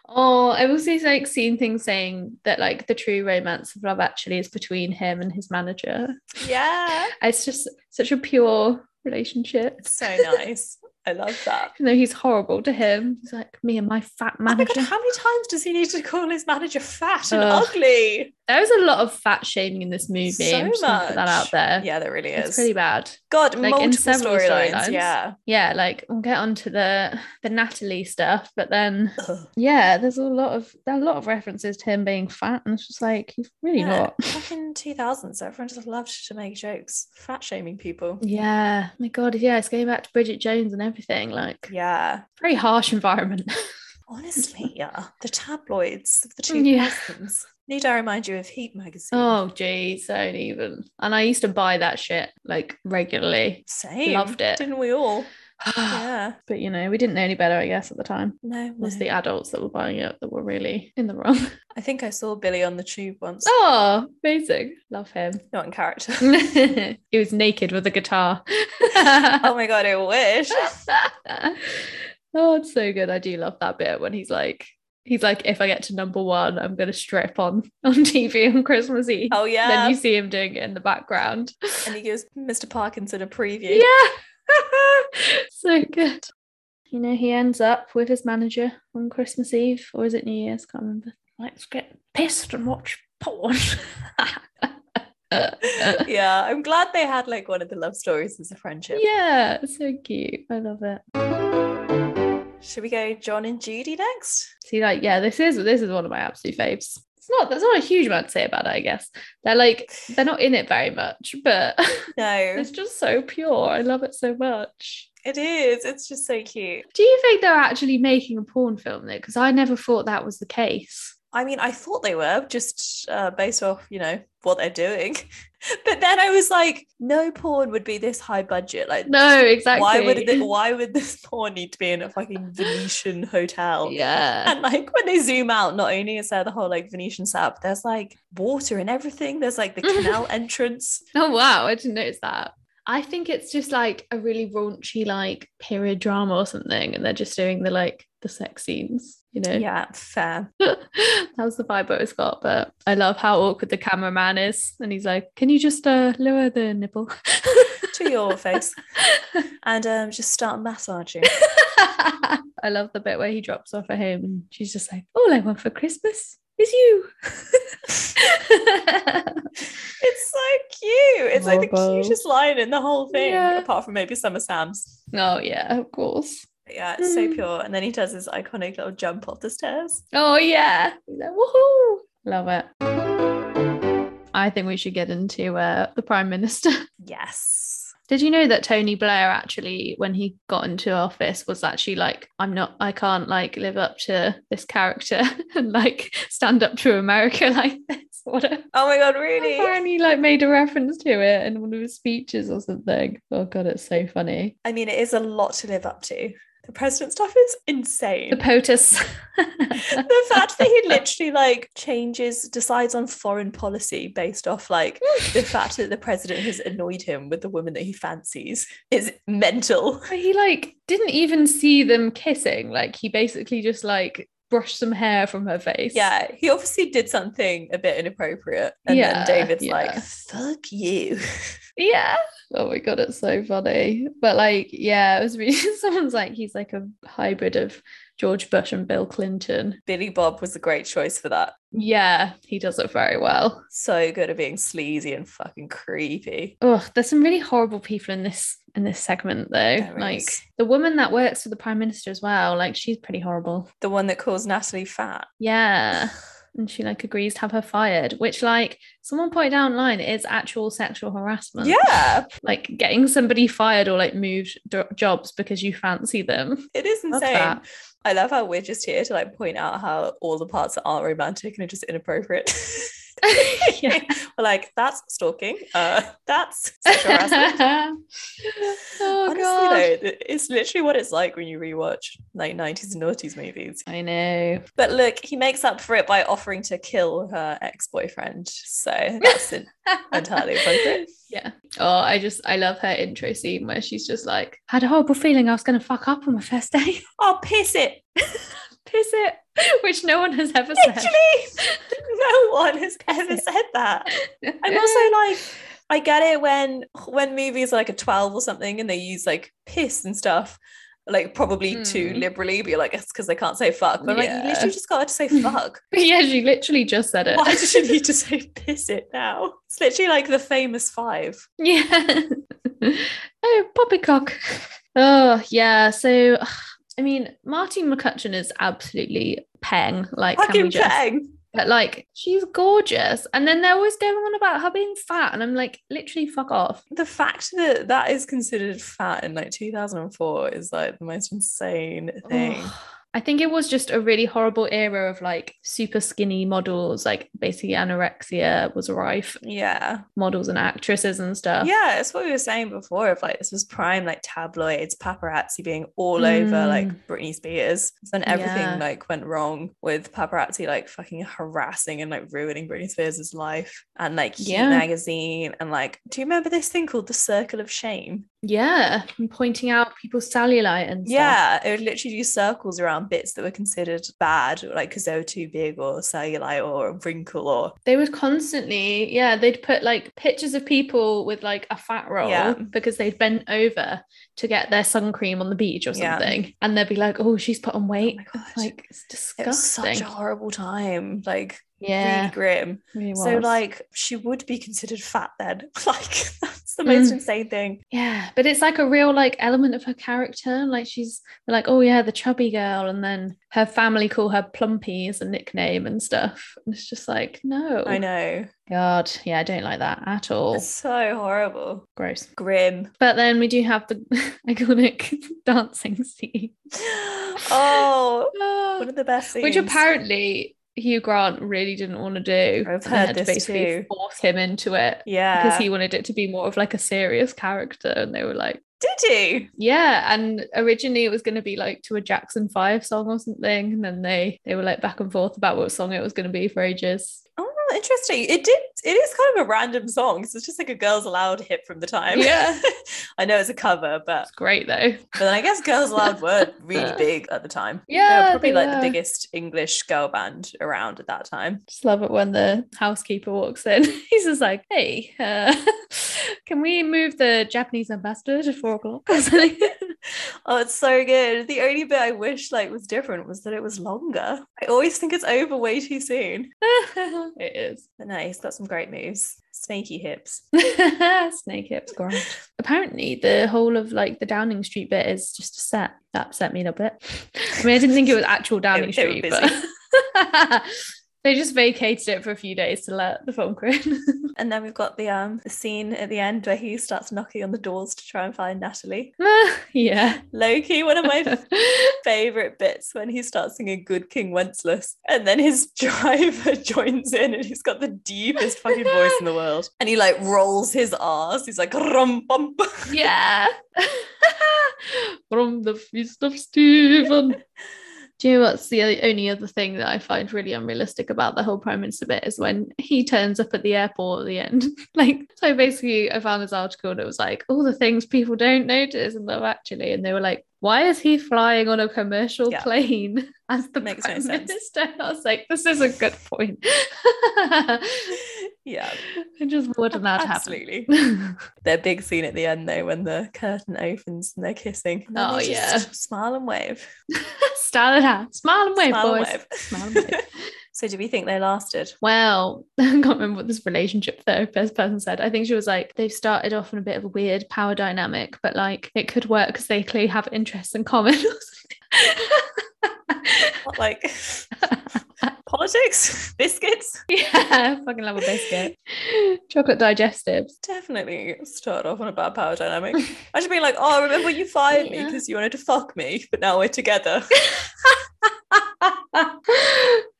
Speaker 2: oh, I also like seen things saying that like the true romance of love actually is between him and his manager.
Speaker 1: Yeah.
Speaker 2: It's just such a pure relationship.
Speaker 1: It's so nice. I love that.
Speaker 2: Even though he's horrible to him, he's like me and my fat
Speaker 1: Oh my God,
Speaker 2: manager.
Speaker 1: how many times does he need to call his manager fat and
Speaker 2: Ugh.
Speaker 1: ugly?
Speaker 2: there is a lot of fat shaming in this movie.
Speaker 1: So
Speaker 2: I'm just gonna put that out
Speaker 1: much.
Speaker 2: there.
Speaker 1: Yeah, there really is.
Speaker 2: It's pretty bad.
Speaker 1: God,
Speaker 2: Like, in
Speaker 1: multiple
Speaker 2: several
Speaker 1: storylines.
Speaker 2: storylines.
Speaker 1: Yeah.
Speaker 2: Yeah, like we'll get onto the the Natalie stuff, but then
Speaker 1: Ugh.
Speaker 2: yeah, there's a lot of there are a lot of references to him being fat, and it's just like he's really
Speaker 1: Yeah,
Speaker 2: not.
Speaker 1: Back in 2000s, everyone just loved to make jokes, fat shaming people.
Speaker 2: Yeah, my God, yeah, it's going back to Bridget Jones and everything. Like,
Speaker 1: Yeah.
Speaker 2: very harsh environment. [laughs]
Speaker 1: Honestly, yeah. The tabloids of the two
Speaker 2: yeah.
Speaker 1: thousands. Need I remind you of Heat magazine?
Speaker 2: Oh, geez, don't even. And I used to buy that shit like regularly. [sighs]
Speaker 1: same.
Speaker 2: loved it.
Speaker 1: Didn't
Speaker 2: [sighs]
Speaker 1: we all? Yeah.
Speaker 2: But you know, we didn't know any better, I guess, at the time.
Speaker 1: No,
Speaker 2: It was
Speaker 1: no.
Speaker 2: the adults that were buying it that were really in the wrong. [laughs]
Speaker 1: I think I saw Billy on the tube once.
Speaker 2: Oh, amazing. Love him. [laughs]
Speaker 1: Not in character.
Speaker 2: he was naked with a [laughs] guitar.
Speaker 1: oh my god,
Speaker 2: [laughs]
Speaker 1: I wish.
Speaker 2: oh, it's so good. I do love that bit when he's like, he's like, if I get to number one, I'm gonna strip on [laughs] on TV on Christmas Eve.
Speaker 1: Oh yeah.
Speaker 2: Then you see him doing it in the background.
Speaker 1: and he gives Mr. Parkinson
Speaker 2: [laughs]
Speaker 1: a preview.
Speaker 2: Yeah. [laughs] so good. You know, he ends up with his manager on Christmas Eve, or is it New Year's? Can't remember. Let's get pissed and watch porn. [laughs]
Speaker 1: [laughs] Yeah. I'm glad they had like one of the love stories as a friendship.
Speaker 2: yeah, so cute. I love it.
Speaker 1: Should we go John and
Speaker 2: [laughs]
Speaker 1: Judy next?
Speaker 2: See, like, yeah, this is this is one of my absolute faves. It's not there's not a huge amount to say about it, I guess. They're like they're not in it very much, but [laughs]
Speaker 1: No,
Speaker 2: it's just so pure. I love it so much.
Speaker 1: it is. It's just so cute.
Speaker 2: Do you think they're actually making a porn film though? Because I never thought that was the case.
Speaker 1: I mean, I thought they were just uh, based off, you know, what they're doing. [laughs] But then I was like, no porn would be this high budget. Like,
Speaker 2: No, exactly.
Speaker 1: why
Speaker 2: [laughs]
Speaker 1: would it, why would this [laughs] porn need to be in a fucking Venetian hotel?
Speaker 2: [laughs] Yeah.
Speaker 1: And like when they zoom out, not only is there the whole like Venetian setup, there's like water and everything. There's like
Speaker 2: [laughs]
Speaker 1: the canal entrance.
Speaker 2: Oh wow, I didn't notice that. I think it's just like a really raunchy like period drama or something, and they're just doing the like the sex scenes, you know.
Speaker 1: Yeah, fair.
Speaker 2: that was the vibe I always got, but I love how awkward the cameraman is, and he's like, "Can you just uh, lower the nipple?" [laughs]
Speaker 1: to your face and um, just
Speaker 2: [laughs]
Speaker 1: start massaging.
Speaker 2: I love the bit where he drops off at home, and she's just like, "All I want for Christmas is you." [laughs]
Speaker 1: It's so cute. It's like the
Speaker 2: Adorable.
Speaker 1: cutest line in the whole thing,
Speaker 2: Yeah.
Speaker 1: apart from maybe Summer Sam's.
Speaker 2: oh yeah, of course.
Speaker 1: But yeah, it's so
Speaker 2: Mm.
Speaker 1: pure. And then he does his iconic little jump off the stairs.
Speaker 2: Oh yeah. He's like, Woohoo. Love it. I think we should get into uh, the prime minister.
Speaker 1: Yes.
Speaker 2: Did you know that Tony Blair actually, when he got into office, was actually like, "I'm not, I can't like live up to this character [laughs] and like stand up to America [laughs] like this." What a
Speaker 1: Oh my god, really?
Speaker 2: Apparently, like made a reference to it in one of his speeches or something. Oh god, it's so funny.
Speaker 1: I mean, it is a lot to live up to. The president stuff is
Speaker 2: The
Speaker 1: insane.
Speaker 2: POTUS.
Speaker 1: [laughs]
Speaker 2: [laughs]
Speaker 1: the fact that he literally like changes decides on foreign policy based off like the fact that the president has annoyed him with the woman that he fancies is mental
Speaker 2: But he like didn't even see them kissing. Like he basically just like brushed some hair from her face.
Speaker 1: yeah he obviously did something a bit inappropriate and
Speaker 2: Yeah,
Speaker 1: then david's
Speaker 2: yeah.
Speaker 1: like fuck you [laughs]
Speaker 2: Yeah. Oh my god, it's so funny. But like, yeah, it was really [laughs] someone's like he's like a hybrid of George Bush and Bill Clinton.
Speaker 1: billy bob was a great choice for that
Speaker 2: Yeah, he does it very well.
Speaker 1: so good at being sleazy and fucking creepy
Speaker 2: Oh, there's some really horrible people in this in this segment though.
Speaker 1: There
Speaker 2: like
Speaker 1: is.
Speaker 2: the woman that works for the Prime Minister as well, like she's pretty horrible.
Speaker 1: the one that calls natalie fat [sighs]
Speaker 2: Yeah. And she like agrees to have her fired, which like someone pointed out online is actual sexual harassment.
Speaker 1: yeah
Speaker 2: Like getting somebody fired or like moved do- jobs because you fancy them. [laughs]
Speaker 1: it is
Speaker 2: Love
Speaker 1: insane
Speaker 2: that.
Speaker 1: i love how we're just here to like point out how all the parts that aren't romantic and are just inappropriate [laughs]
Speaker 2: yeah.
Speaker 1: We're like that's stalking uh that's
Speaker 2: [laughs]
Speaker 1: sexual harassment
Speaker 2: oh
Speaker 1: Honestly,
Speaker 2: god.
Speaker 1: though, it- it's literally what it's like when you rewatch like 90s and 90s movies.
Speaker 2: I know. [laughs]
Speaker 1: But look, he makes up for it by offering to kill her ex boyfriend. So
Speaker 2: [laughs]
Speaker 1: that's it. Entirely appropriate.
Speaker 2: Yeah. Oh, I just I love her intro scene where she's just like, had a horrible feeling I was gonna fuck up on my first day. [laughs]
Speaker 1: Oh, piss it.
Speaker 2: Piss it. [laughs] Which no one has ever said. [laughs]
Speaker 1: Literally, [laughs] no one has ever
Speaker 2: it.
Speaker 1: said that. I'm also like, I get it when when movies are like a 12 or something and they use like piss and stuff, like probably too
Speaker 2: Hmm.
Speaker 1: liberally, but you're like, it's because they can't say fuck. But I'm like, you
Speaker 2: Yeah.
Speaker 1: literally just got her to say fuck.
Speaker 2: [laughs] [laughs] Yeah, she literally just said it.
Speaker 1: Why did you need to say piss it now? It's literally like the famous five.
Speaker 2: [laughs] Yeah. [laughs] oh, poppycock. Oh, yeah. So, [sighs] I mean, Martin McCutcheon is absolutely peng. Like, can we
Speaker 1: Fucking
Speaker 2: just?
Speaker 1: bang.
Speaker 2: But like, she's gorgeous, and then they're always going on about her being fat, and I'm like, literally, fuck off.
Speaker 1: The fact that that is considered fat in like 2004 is like the most insane thing.
Speaker 2: Ugh. I think it was just a really horrible era of like super skinny models, like basically anorexia was rife,
Speaker 1: Yeah.
Speaker 2: models and actresses and stuff.
Speaker 1: Yeah. It's what we were saying before of like, this was prime like tabloids, paparazzi being all over like Britney Spears. And everything
Speaker 2: Mm. Yeah.
Speaker 1: like went wrong with paparazzi like fucking harassing and like ruining Britney Spears' life and like Heat
Speaker 2: Yeah.
Speaker 1: magazine. And like, do you remember this thing called the circle of shame?
Speaker 2: Yeah, and pointing out people's cellulite and stuff.
Speaker 1: Yeah, it would literally do circles around bits that were considered bad, like because they were too big or cellulite or a wrinkle or
Speaker 2: They would constantly, yeah, they'd put like pictures of people with like a fat roll
Speaker 1: Yeah.
Speaker 2: because they'd bent over to get their sun cream on the beach or
Speaker 1: Yeah.
Speaker 2: something. And they'd be like, oh, she's put on weight.
Speaker 1: my God.
Speaker 2: Like, it's
Speaker 1: it was
Speaker 2: disgusting.
Speaker 1: such a horrible time, like
Speaker 2: yeah.
Speaker 1: really grim.
Speaker 2: really
Speaker 1: So
Speaker 2: was.
Speaker 1: like she would be considered fat then. [laughs] Like that's the most
Speaker 2: Mm.
Speaker 1: insane thing.
Speaker 2: yeah, but it's like a real like element of her character. Like, she's like, oh, yeah, the chubby girl. And then her family call her Plumpy as a nickname and stuff. And it's just like, no.
Speaker 1: I know.
Speaker 2: God. Yeah, I don't like that at all.
Speaker 1: It's so horrible.
Speaker 2: Gross.
Speaker 1: Grim. [gasps]
Speaker 2: But then we do have the [laughs] iconic [laughs] dancing scene.
Speaker 1: Oh, one of the best scenes.
Speaker 2: Which apparently Hugh Grant really didn't want to do.
Speaker 1: I've
Speaker 2: and they
Speaker 1: heard
Speaker 2: had
Speaker 1: this
Speaker 2: to basically
Speaker 1: too.
Speaker 2: force him into it
Speaker 1: Yeah.
Speaker 2: because he wanted it to be more of like a serious character. And they were like,
Speaker 1: Did you?
Speaker 2: yeah. And originally it was going to be like to a Jackson 5 song or something. And then they they were like back and forth about what song it was going to be for ages.
Speaker 1: Oh, interesting. It did. It is kind of a random song. 'cause it's just like a Girls Aloud hit from the time.
Speaker 2: Yeah.
Speaker 1: [laughs] I know it's a cover, but
Speaker 2: It's great though.
Speaker 1: but then I guess Girls Aloud were
Speaker 2: [laughs]
Speaker 1: really big at the time. they
Speaker 2: Yeah,
Speaker 1: were probably
Speaker 2: they
Speaker 1: like
Speaker 2: were.
Speaker 1: the biggest English girl band around at that time.
Speaker 2: Just love it when the housekeeper walks in. [laughs] He's just like, hey, uh, [laughs] can we move the Japanese ambassador to four o'clock? [laughs] or something?
Speaker 1: Oh, it's so good. The only bit I wish like was different was that it was longer. I always think it's over way too soon.
Speaker 2: it is.
Speaker 1: But no, he's got some great moves. Snaky hips.
Speaker 2: [laughs] Snake hips, Grant. Apparently, the whole of like the Downing Street bit is just a set. That upset me a little bit. I mean, I didn't think it was actual Downing
Speaker 1: they were
Speaker 2: Street, but [laughs] they just vacated it for a few days to let the film crew. in.
Speaker 1: And then we've got the um the scene at the end where he starts knocking on the doors to try and find Natalie.
Speaker 2: [laughs]
Speaker 1: [laughs]
Speaker 2: yeah.
Speaker 1: Loki, one
Speaker 2: [laughs]
Speaker 1: of my favorite bits when he starts singing Good King Wenceslas and then his [laughs] driver joins in and he's got the deepest fucking voice in the world and he like rolls his R's he's like rum bum bum."
Speaker 2: yeah. [laughs] From the feast of Stephen. Do you know what's the o- only other thing that I find really unrealistic about the whole Prime Minister bit is when he turns up at the airport at the end. [laughs] like, so basically, I found this article and it was like, all the things people don't notice, and they were actually, and they were like, why is he flying on a commercial
Speaker 1: Yeah.
Speaker 2: plane [laughs] as the
Speaker 1: Makes no
Speaker 2: Prime
Speaker 1: sense.
Speaker 2: Minister? [laughs] I was like, this is a good point. [laughs]
Speaker 1: [laughs] yeah
Speaker 2: I just wouldn't that happen.
Speaker 1: absolutely
Speaker 2: [laughs] Absolutely.
Speaker 1: their big scene at the end though when the curtain opens and they're kissing and then
Speaker 2: Oh,
Speaker 1: they just smile and wave
Speaker 2: Style it out. Smile and wave,
Speaker 1: smile
Speaker 2: boys.
Speaker 1: and wave
Speaker 2: Smile and wave.
Speaker 1: [laughs] so do we think they lasted
Speaker 2: Well, [laughs] I can't remember what this relationship therapist person said. I think she was like, they've started off in a bit of a weird power dynamic, but like it could work because they clearly have interests in common. [laughs] or something.
Speaker 1: What, like
Speaker 2: [laughs]
Speaker 1: politics biscuits
Speaker 2: yeah, fucking love a biscuit. Chocolate [laughs] digestives.
Speaker 1: definitely started off on a bad power dynamic. I should be like, oh, remember you fired me
Speaker 2: Yeah.
Speaker 1: because you wanted to fuck me, but now we're together. [laughs]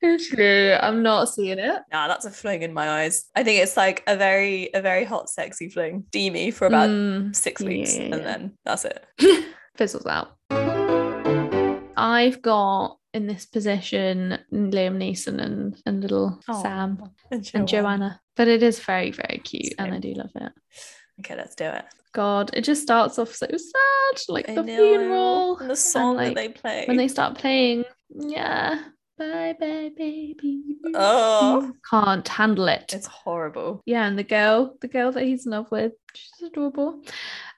Speaker 2: Actually, I'm not seeing it.
Speaker 1: nah, that's a fling in my eyes. I think it's like a very, a very hot, sexy fling. Steamy for about
Speaker 2: Mm.
Speaker 1: six
Speaker 2: Yeah,
Speaker 1: weeks,
Speaker 2: yeah,
Speaker 1: and
Speaker 2: yeah.
Speaker 1: then that's it.
Speaker 2: fizzles out. I've got in this position Liam Neeson and, and little
Speaker 1: Oh,
Speaker 2: Sam
Speaker 1: And,
Speaker 2: and Joanna, but it is very, very cute and
Speaker 1: Same.
Speaker 2: I do love it.
Speaker 1: Okay, let's do it.
Speaker 2: God, it just starts off so sad, like
Speaker 1: I
Speaker 2: the
Speaker 1: know.
Speaker 2: funeral
Speaker 1: and the song
Speaker 2: like,
Speaker 1: that they play.
Speaker 2: when they start playing. Yeah, bye bye, baby.
Speaker 1: oh,
Speaker 2: Can't handle it.
Speaker 1: it's horrible.
Speaker 2: yeah, and the girl, the girl that he's in love with, she's adorable.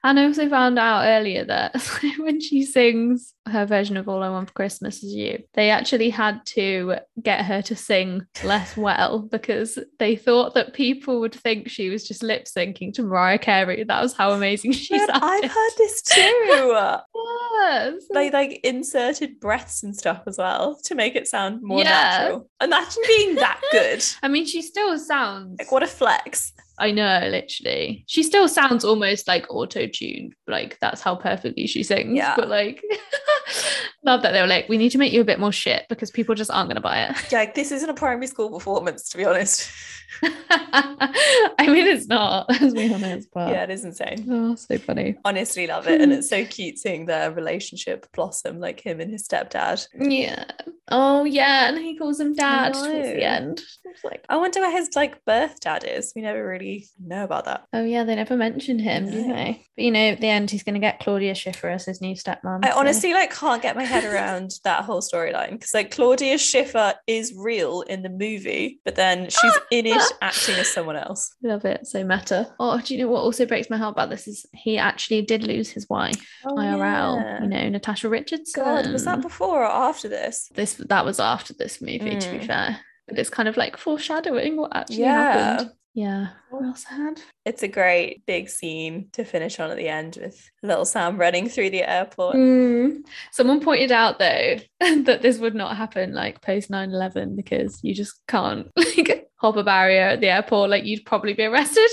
Speaker 2: And I also found out earlier that [laughs] when she sings her version of All I Want for Christmas Is You, they actually had to get her to sing less well because they thought that people would think she was just lip syncing to Mariah Carey. That was how amazing [laughs] she
Speaker 1: Dude,
Speaker 2: sounded.
Speaker 1: I've heard
Speaker 2: [laughs]
Speaker 1: this too.
Speaker 2: Yes.
Speaker 1: they like inserted breaths and stuff as well to make it sound more
Speaker 2: Yeah.
Speaker 1: natural. Imagine being that good.
Speaker 2: I mean, she still sounds.
Speaker 1: Like what a flex.
Speaker 2: I know, literally. She still sounds almost like auto tuned. Like that's how perfectly she sings.
Speaker 1: Yeah.
Speaker 2: But like, [laughs] love that they were like, we need to make you a bit more shit because people just aren't going to buy it. [laughs]
Speaker 1: Yeah, like this isn't a primary school performance, to be honest.
Speaker 2: I mean, it's not, [laughs] as we all know, but
Speaker 1: yeah, it is insane.
Speaker 2: oh, so funny.
Speaker 1: Honestly, love it. And
Speaker 2: Hmm.
Speaker 1: it's so cute seeing their relationship blossom, like him and his stepdad.
Speaker 2: Yeah. Oh, yeah. And he calls him dad towards
Speaker 1: know.
Speaker 2: the end. It's like,
Speaker 1: I wonder where his like birth dad is. We never really know about that.
Speaker 2: oh, yeah, they never mention him, do
Speaker 1: No.
Speaker 2: they? But you know, at the end, he's going to get Claudia Schiffer as his new stepmom.
Speaker 1: I
Speaker 2: so-
Speaker 1: honestly like can't get my [laughs] head around that whole storyline because like Claudia Schiffer is real in the movie, but then she's [laughs] in it acting as someone else.
Speaker 2: Love it. So meta. Oh, do you know what also breaks my heart about this is he actually did lose his wife.
Speaker 1: Oh,
Speaker 2: IRL. You
Speaker 1: yeah.
Speaker 2: know, Natasha Richardson.
Speaker 1: God, was that before or after this?
Speaker 2: this that was after this movie, to be
Speaker 1: Mm.
Speaker 2: fair. But it's kind of like foreshadowing what actually
Speaker 1: Yeah.
Speaker 2: happened. Yeah.
Speaker 1: Oh.
Speaker 2: Well sad.
Speaker 1: It's a great big scene to finish on at the end with little Sam running through the airport.
Speaker 2: Mm. Someone pointed out [laughs] though that this would not happen like post 9-11 because you just can't [laughs] like hop a barrier at the airport, like you'd probably be arrested.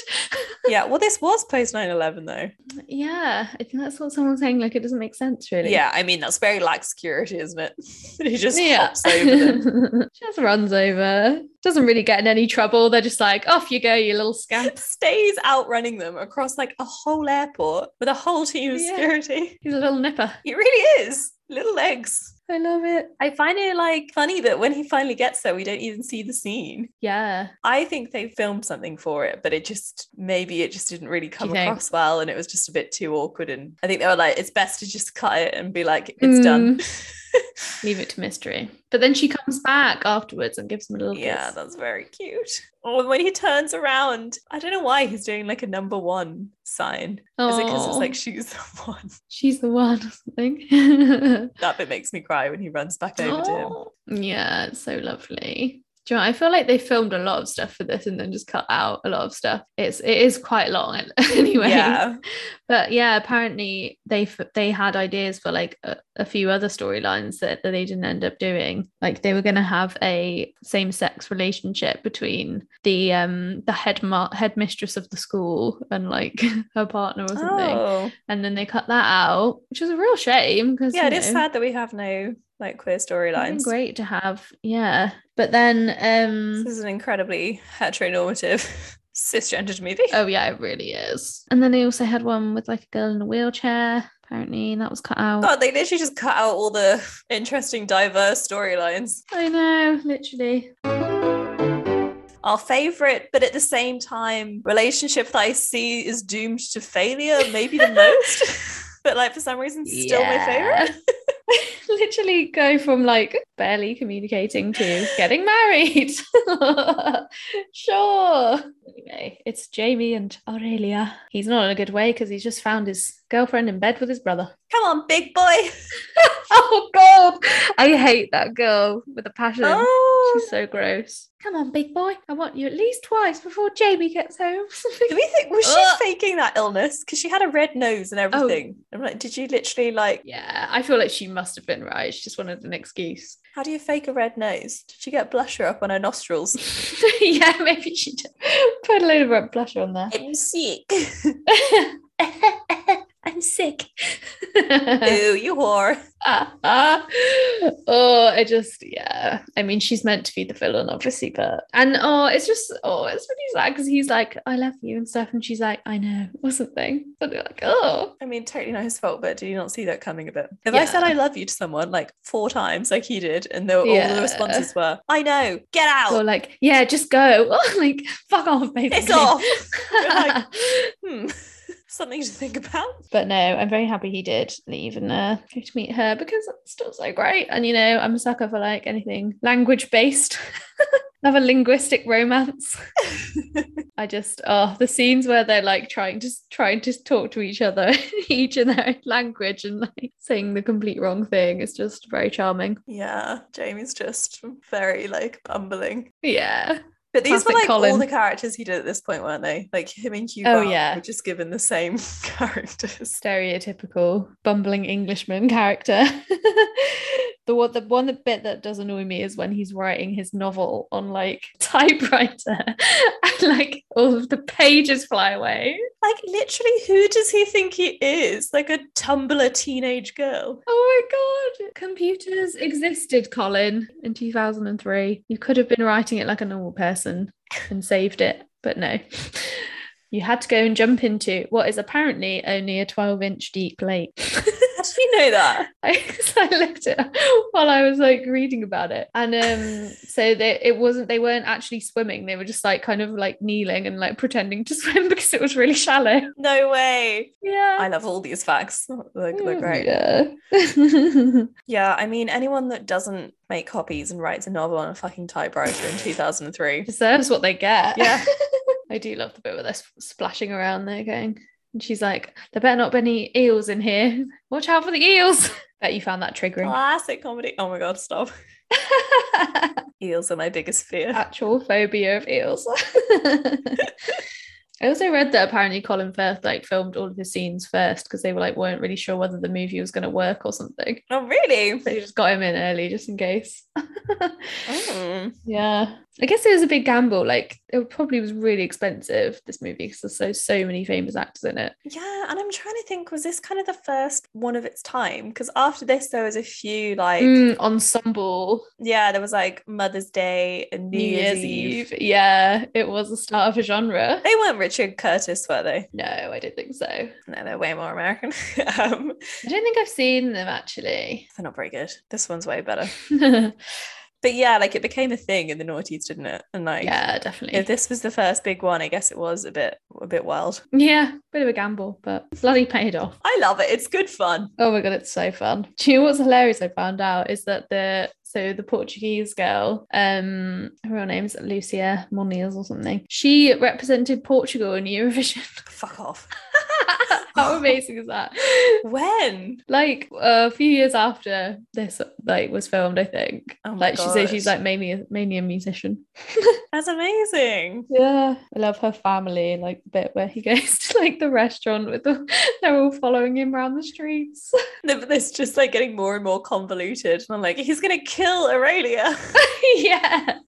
Speaker 2: [laughs]
Speaker 1: yeah. Well, this was post 9 11, though.
Speaker 2: yeah, I think that's what someone's saying. Like, it doesn't make sense, really.
Speaker 1: Yeah. I mean, that's very lack security, isn't it? [laughs] he just
Speaker 2: Yeah.
Speaker 1: hops over [laughs] them.
Speaker 2: [laughs] just runs over. Doesn't really get in any trouble. They're just like, off you go, you little scamp.
Speaker 1: Stays outrunning them across like a whole airport with a whole team of
Speaker 2: Yeah.
Speaker 1: security.
Speaker 2: He's a little nipper.
Speaker 1: It really is. Little legs.
Speaker 2: I love it.
Speaker 1: I find it like funny that when he finally gets there, we don't even see the scene.
Speaker 2: Yeah.
Speaker 1: I think they filmed something for it, but it just maybe it just didn't really come
Speaker 2: think?
Speaker 1: across well and it was just a bit too awkward. And I think they were like, it's best to just cut it and be like, it's
Speaker 2: Mm.
Speaker 1: done.
Speaker 2: Leave it to mystery. But then she comes back afterwards and gives him a little
Speaker 1: yeah,
Speaker 2: kiss.
Speaker 1: that's very cute. Or when he turns around, I don't know why he's doing like a number one sign. Is it because it's
Speaker 2: Aw.
Speaker 1: like she's the [laughs] one?
Speaker 2: she's the one [laughs] or something.
Speaker 1: [laughs] That bit makes me cry when he runs back over to him.
Speaker 2: Oh, [laughs] Yeah, it's so lovely. Do you know, I feel like they filmed a lot of stuff for this and then just cut out a lot of stuff. It's it is quite long [laughs] anyway.
Speaker 1: Yeah.
Speaker 2: But yeah, apparently they f- they had ideas for like a, a few other storylines that, that they didn't end up doing. Like they were going to have a same sex relationship between the um the head headmistress of the school and like [laughs] her partner or something.
Speaker 1: Oh.
Speaker 2: And then they cut that out, which is a real shame because
Speaker 1: Yeah, it is sad that we have no like queer
Speaker 2: It'd
Speaker 1: storylines.
Speaker 2: been great to have, yeah. But then,
Speaker 1: This
Speaker 2: um,
Speaker 1: is an incredibly heteronormative [laughs] cisgendered movie.
Speaker 2: oh yeah, it really is. And then they also had one with like a girl in a wheelchair, apparently, and that was cut out.
Speaker 1: God, they literally just cut out all the interesting, diverse storylines.
Speaker 2: I know, literally.
Speaker 1: Our favorite, but at the same time, relationship that I see is doomed to failure, maybe the most.
Speaker 2: [laughs]
Speaker 1: but like for some reason, still my favorite.
Speaker 2: Yeah. [laughs] literally go from like barely communicating to getting married. [laughs] sure. Anyway, it's Jamie and Aurelia. He's not in a good way because he's just found his girlfriend in bed with his brother. [laughs]
Speaker 1: Come on, big boy.
Speaker 2: oh god i hate that girl with a passion
Speaker 1: Oh,
Speaker 2: she's so gross come on big boy i want you at least twice before jamie gets home [laughs]
Speaker 1: do we think was she
Speaker 2: Ugh. Oh.
Speaker 1: faking that illness? Because she had a red nose and everything. I'm like, did you literally like?
Speaker 2: yeah i feel like she must have been right she just wanted an excuse
Speaker 1: How do you fake a red nose? Did she get blusher up on her nostrils?
Speaker 2: [laughs] yeah maybe she did put a load of red blush on
Speaker 1: [laughs]
Speaker 2: there [laughs]
Speaker 1: I'm sick.
Speaker 2: i'm [laughs] sick
Speaker 1: Ooh, you whore.
Speaker 2: oh, I just yeah. I mean, she's meant to be the villain, obviously, but and oh, it's just oh, it's really sad because he's like, I love you and stuff, and she's like, I know, or something. So they're like, oh,
Speaker 1: I mean, totally not his fault, but did you not see that coming a bit? If I
Speaker 2: Yeah.
Speaker 1: said I love you to someone like four times, like he did, and there were, all the
Speaker 2: Yeah.
Speaker 1: responses were, I know, get out,
Speaker 2: or like, yeah, just go, [laughs] like, fuck off, basically. [laughs]
Speaker 1: piss off. You're like- hmm. [laughs] Something to think about.
Speaker 2: But no, I'm very happy he did leave and uh, go to meet her because it's still so great. And you know, I'm a sucker for like anything language [laughs] based. Love a linguistic romance. [laughs] I just oh the scenes where they're like trying to trying to talk to each other [laughs] each in their own language and like saying the complete wrong thing is just very charming.
Speaker 1: Yeah, Jamie's just very like bumbling.
Speaker 2: Yeah.
Speaker 1: But these were
Speaker 2: Classic
Speaker 1: like all
Speaker 2: Colin.
Speaker 1: the characters he did at this point, weren't they? Like him and Hugh.
Speaker 2: Oh,
Speaker 1: Grant
Speaker 2: yeah.
Speaker 1: were just given the same [laughs] characters.
Speaker 2: stereotypical bumbling Englishman character. [laughs] the one, the one that bit that does annoy me is when he's writing his novel on like [laughs] typewriter, [laughs] and like all of the pages fly away.
Speaker 1: Like literally, who does he think he is? Like a Tumblr teenage girl.
Speaker 2: Oh my god! Computers existed, Colin, in two thousand and three. You could have been writing it like a normal person and saved it, but no. [laughs] You had to go and jump into what is apparently only a 12 inch deep lake. [laughs]
Speaker 1: How did you know that?
Speaker 2: I, 'cause I looked it [laughs] up while I was like reading about it. And um so they it wasn't they weren't actually swimming, they were just like kind of like kneeling and like pretending to [laughs] swim because it was really shallow.
Speaker 1: No way. I
Speaker 2: Yeah.
Speaker 1: love all these facts. [laughs] They're, they're great. Mm, Yeah.
Speaker 2: [laughs] Yeah.
Speaker 1: I mean, anyone that doesn't make copies and writes a novel on a fucking typewriter in 2003. [laughs]
Speaker 2: Deserves what they get.
Speaker 1: Yeah.
Speaker 2: [laughs] I do love the bit where they're s- splashing around there going. And she's like, there better not be any eels in here. Watch out for the eels. [laughs] Bet you found that triggering.
Speaker 1: Classic comedy. Oh my God, stop.
Speaker 2: [laughs]
Speaker 1: Eels are my biggest fear. [laughs]
Speaker 2: Actual phobia of eels. [laughs] I also read that apparently Colin Firth like filmed all of his scenes first because they were like weren't really sure whether the movie was going to work or something.
Speaker 1: Oh, really?
Speaker 2: They just got him in early just in case.
Speaker 1: Mm.
Speaker 2: yeah. I guess it was a big gamble. Like it probably was really expensive, this movie, because there's so so many famous actors in it.
Speaker 1: Yeah, and I'm trying to think, was this kind of the first one of its time? Because after this, there was a few like,
Speaker 2: Mm, ensemble.
Speaker 1: yeah, there was like Mother's Day and New, Year's, Eve.
Speaker 2: Yeah, it was the start of a genre.
Speaker 1: They weren't Richard Curtis, were they?
Speaker 2: No, I don't think so. I
Speaker 1: No, they're way more American. [laughs] um,
Speaker 2: don't think I've seen them actually. [laughs]
Speaker 1: they're not very good. This one's way better. But yeah, like it became a thing in the noughties, didn't it? And like,
Speaker 2: yeah, definitely.
Speaker 1: if this was the first big one, I guess it was a bit a bit wild.
Speaker 2: yeah, bit of a gamble, but bloody paid off.
Speaker 1: I love it. It's good fun.
Speaker 2: Oh my god, it's so fun. Do you know what's hilarious I found out is that the so the Portuguese girl, um, her real name's Lucia Moniz or something. She represented Portugal in Eurovision. [laughs]
Speaker 1: Fuck off.
Speaker 2: How amazing is that?
Speaker 1: When?
Speaker 2: Like a few years after this like was filmed, I think.
Speaker 1: Oh my
Speaker 2: like she said she's
Speaker 1: gosh.
Speaker 2: like mainly a, mainly a musician.
Speaker 1: That's amazing.
Speaker 2: Yeah. I love her family, like the bit where he goes [laughs] to like the restaurant with the they're all following him around the streets.
Speaker 1: No, but it's just like getting more and more convoluted. And I'm like, he's gonna kill Aurelia. [laughs]
Speaker 2: [laughs] yeah.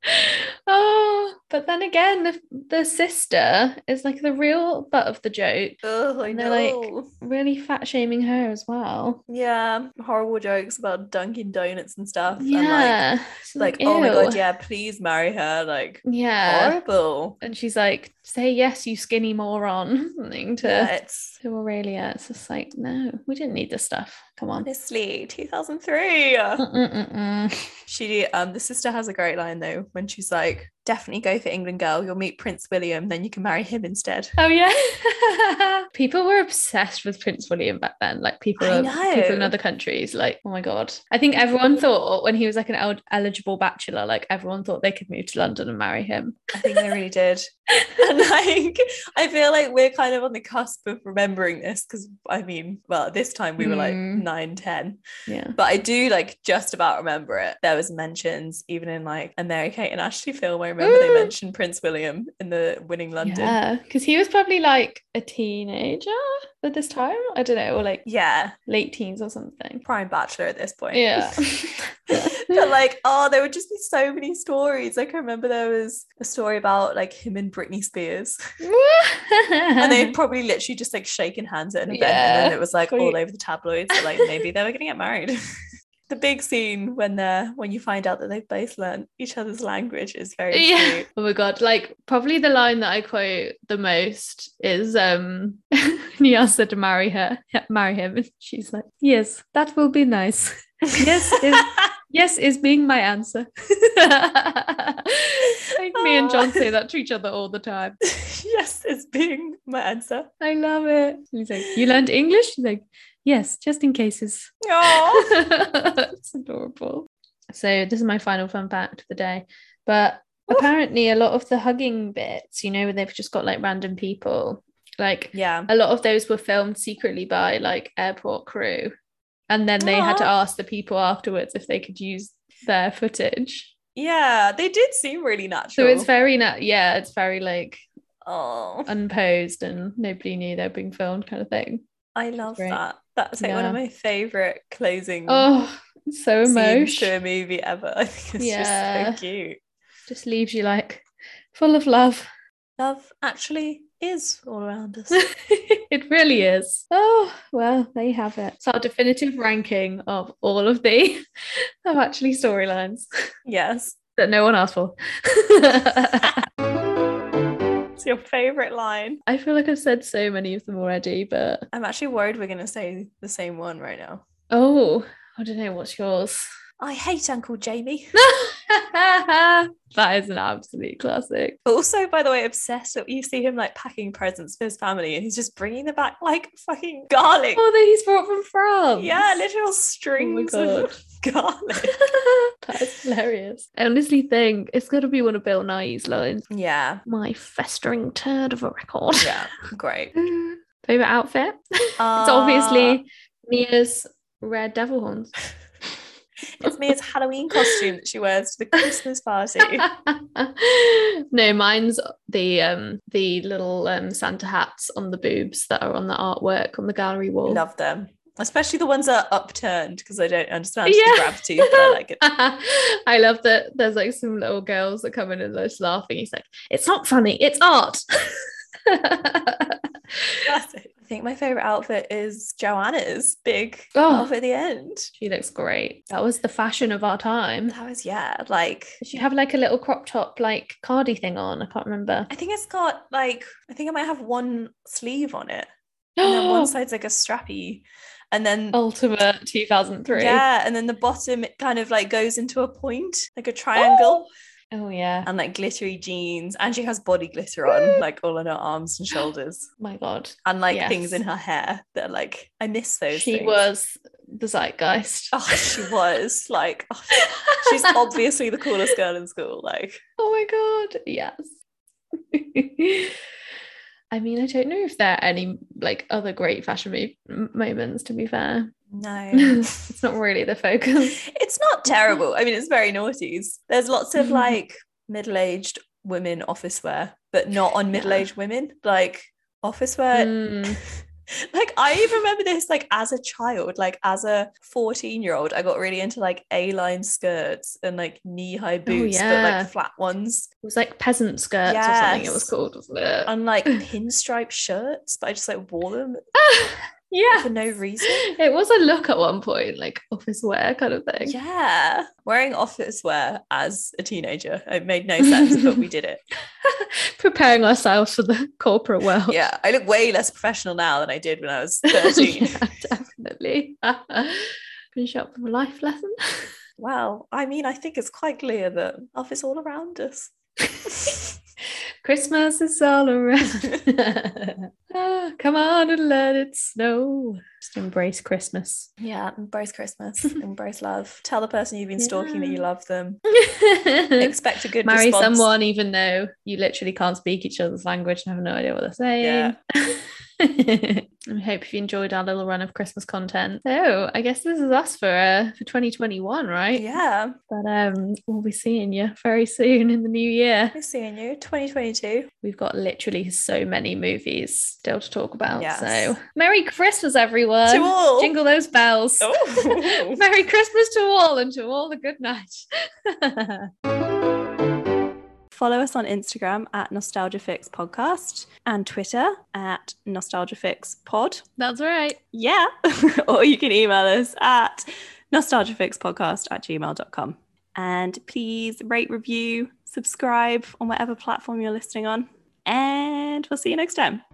Speaker 2: Oh, but then again, the, the sister is like the real butt of the joke,
Speaker 1: oh, I
Speaker 2: And they're like- really fat shaming her as well.
Speaker 1: yeah, horrible jokes about Dunkin' Donuts and stuff. And
Speaker 2: Yeah. She's
Speaker 1: like, like oh my god,
Speaker 2: "Ew."
Speaker 1: yeah, please marry her. Like
Speaker 2: Yeah.
Speaker 1: horrible.
Speaker 2: And she's like, say yes, you skinny moron. [laughs] Something to,
Speaker 1: Yeah, it's
Speaker 2: to Aurelia. It's just like, no, we didn't need this stuff. Come on.
Speaker 1: honestly 2003.
Speaker 2: Mm-mm-mm-mm.
Speaker 1: [laughs] She, um, the sister has a great line though when she's like, "Definitely go for England, girl. You'll meet Prince William, then you can marry him instead."
Speaker 2: Oh yeah. [laughs] people were obsessed with Prince William back then. Like people,
Speaker 1: I
Speaker 2: of- people in
Speaker 1: know.
Speaker 2: other countries. Like oh my god. I think everyone thought when he was like an el- eligible bachelor, like everyone thought they could move to London and marry him.
Speaker 1: I think they really [laughs] did. And like, I feel like we're kind of on the cusp of remembering this because I mean, well, at this time we were like
Speaker 2: Mm.
Speaker 1: nine, ten,
Speaker 2: Yeah.
Speaker 1: but I do like just about remember it. There was mentions even in like a Mary Kate and Ashley film. I remember they
Speaker 2: Mm.
Speaker 1: mentioned Prince William in the Winning London. Yeah.
Speaker 2: Yeah, because he was probably like a teenager at this time. I don't know, or like late teens or something.
Speaker 1: prime bachelor at this point.
Speaker 2: Yeah.
Speaker 1: [laughs]
Speaker 2: [laughs]
Speaker 1: but like oh there would just be so many stories like i remember there was a story about like him and britney spears and
Speaker 2: [laughs]
Speaker 1: they would probably literally just like shaken hands at an event and then
Speaker 2: Yeah.
Speaker 1: it was like
Speaker 2: Probably-
Speaker 1: all over the tabloids that, like maybe they were gonna get married [laughs] the big scene when they're when you find out that they've both learned each other's language is very
Speaker 2: yeah. [laughs]
Speaker 1: cute
Speaker 2: Oh my god! Like probably the line that I quote the most is um [laughs] he asks her to marry her, [laughs] yeah, marry him, and she's like, "Yes, that will be nice. [laughs] Yes, is, yes is being my answer." [laughs] like me and John say that to each other all the time.
Speaker 1: [laughs] yes is being my answer
Speaker 2: I love it. He's like, "You learned English?" She's like, "Yes, just in cases." [laughs]
Speaker 1: oh
Speaker 2: it's adorable. So this is my final fun fact of the day. But apparently a lot of the hugging bits, you know, where they've just got like random people, like
Speaker 1: yeah
Speaker 2: a lot of those were filmed secretly by like airport crew. And then they had to ask the people afterwards if they could use their footage.
Speaker 1: yeah they did seem really natural
Speaker 2: So it's very not yeah, it's very like
Speaker 1: oh
Speaker 2: unposed and nobody knew they're being filmed kind of thing.
Speaker 1: i love
Speaker 2: great.
Speaker 1: that that's like one of
Speaker 2: Yeah.
Speaker 1: my favorite closing
Speaker 2: Oh, it's so
Speaker 1: scenes to
Speaker 2: emotional.
Speaker 1: a movie ever. [laughs] I think it's
Speaker 2: Yeah.
Speaker 1: just so cute.
Speaker 2: Just leaves you like full of love.
Speaker 1: Love actually is all around us.
Speaker 2: [laughs] it really is. Oh, well, there you have it. It's our definitive ranking of all of the [laughs] of actually storylines [laughs]
Speaker 1: yes.
Speaker 2: that no one asked for. [laughs]
Speaker 1: It's your favorite line.
Speaker 2: I feel like I've said so many of them already, but
Speaker 1: I'm actually worried we're going to say the same one right now.
Speaker 2: oh, I don't know what's yours. [laughs]
Speaker 1: I hate Uncle Jamie.
Speaker 2: that is an absolute classic.
Speaker 1: [laughs] Also, by the way, obsessed that you see him like packing presents for his family and he's just bringing them back like fucking garlic.
Speaker 2: Oh, that he's brought from France.
Speaker 1: yeah,
Speaker 2: Oh
Speaker 1: literal strings
Speaker 2: [laughs]
Speaker 1: of [laughs] garlic.
Speaker 2: that is hilarious. I honestly think it's got to be one of Bill Nye's lines.
Speaker 1: Yeah.
Speaker 2: My festering turd of a record.
Speaker 1: Yeah. Great.
Speaker 2: [laughs] Favorite outfit?
Speaker 1: Uh, [laughs]
Speaker 2: it's obviously Mia's red devil horns.
Speaker 1: It's Mia's Halloween costume that she wears to the
Speaker 2: [laughs]
Speaker 1: Christmas party.
Speaker 2: no, mine's the um the little um Santa hats on the boobs that are on the artwork on the gallery wall.
Speaker 1: Love them. Especially the ones that are upturned because I don't understand
Speaker 2: Yeah.
Speaker 1: the gravity, but I
Speaker 2: [laughs]
Speaker 1: like it.
Speaker 2: [laughs] I love that there's like some little girls that come in and they're just laughing. He's like, it's not funny, it's art. [laughs]
Speaker 1: Classic. I think my favorite outfit is Joanna's big
Speaker 2: Oh.
Speaker 1: outfit at the end.
Speaker 2: she looks great. That was the fashion of our time.
Speaker 1: That was, yeah, like,
Speaker 2: Did she have like a little crop top, like cardi thing on? I can't remember.
Speaker 1: I think it's got like, I think I might have one sleeve on it.
Speaker 2: [gasps]
Speaker 1: And then one
Speaker 2: Oh,
Speaker 1: side's like a strappy. And then
Speaker 2: Ultimate 2003.
Speaker 1: Yeah, and then the bottom it kind of like goes into a point, like a triangle,
Speaker 2: Oh, yeah.
Speaker 1: and like glittery jeans. And she has body glitter on, like all on her arms and shoulders,
Speaker 2: My God.
Speaker 1: and like things
Speaker 2: Yes.
Speaker 1: in her hair that are like, I miss those.
Speaker 2: she
Speaker 1: things.
Speaker 2: was the zeitgeist.
Speaker 1: Oh, she
Speaker 2: [laughs]
Speaker 1: was like, oh, she's obviously the coolest girl in school. Like,
Speaker 2: Oh my god, yes. [laughs] I mean, I don't know if there are any like other great fashion mo- m- moments. To be fair, [laughs]
Speaker 1: no,
Speaker 2: it's not really the focus.
Speaker 1: it's not terrible. I mean, it's very naughties. There's lots of
Speaker 2: Mhm.
Speaker 1: like middle aged women office wear, but not on middle aged women. Like, office wear
Speaker 2: Mm.
Speaker 1: [laughs] like I even remember this like as a child, like as a 14 year old, I got really into like A-line skirts and like knee-high boots, but
Speaker 2: Oh, yeah.
Speaker 1: like flat ones
Speaker 2: It was like peasant skirts or something. It was
Speaker 1: Yes. Um,
Speaker 2: called, wasn't it?
Speaker 1: and like pinstripe shirts, but I just like wore them
Speaker 2: [laughs] yeah,
Speaker 1: for no reason.
Speaker 2: it was a look at one point, like office wear kind of thing.
Speaker 1: Yeah. Wearing office wear as a teenager. It made no sense, but
Speaker 2: [laughs]
Speaker 1: we did it.
Speaker 2: Preparing ourselves for the corporate world.
Speaker 1: Yeah. I look way less professional now than I did when I
Speaker 2: [laughs]
Speaker 1: was 13.
Speaker 2: Yeah, definitely. [laughs] Finish up with a life lesson. [laughs]
Speaker 1: Well, I mean, I think it's quite clear that office all around us.
Speaker 2: Christmas is all around. [laughs] Ah, come on and let it snow. Just embrace
Speaker 1: [laughs]
Speaker 2: Christmas.
Speaker 1: Yeah,
Speaker 2: [laughs]
Speaker 1: embrace Christmas, embrace love. Tell the person you've been stalking that you
Speaker 2: Yeah.
Speaker 1: love them.
Speaker 2: [laughs] Marry
Speaker 1: Expect a good response.
Speaker 2: someone even though you literally can't speak each other's language and have no idea what they're saying. [laughs] I hope you enjoyed our little run of Christmas content. So I guess this is us for uh, for 2021, right?
Speaker 1: Yeah,
Speaker 2: But um, we'll be seeing you very soon in the new year.
Speaker 1: we're seeing you 2022.
Speaker 2: We've got literally so many movies still to talk about.
Speaker 1: Yes.
Speaker 2: So Merry Christmas, everyone.
Speaker 1: to all.
Speaker 2: Jingle those bells.
Speaker 1: Oh.
Speaker 2: [laughs] Merry Christmas to all and to all a good night.
Speaker 1: Follow us on Instagram at NostalgiaFix Podcast and Twitter at NostalgiaFix Pod.
Speaker 2: [laughs] That's right.
Speaker 1: Yeah. [laughs] or you can email us at nostalgiafixpodcast at gmail.com. And please rate, review, subscribe on whatever platform you're listening on. And we'll see you next time.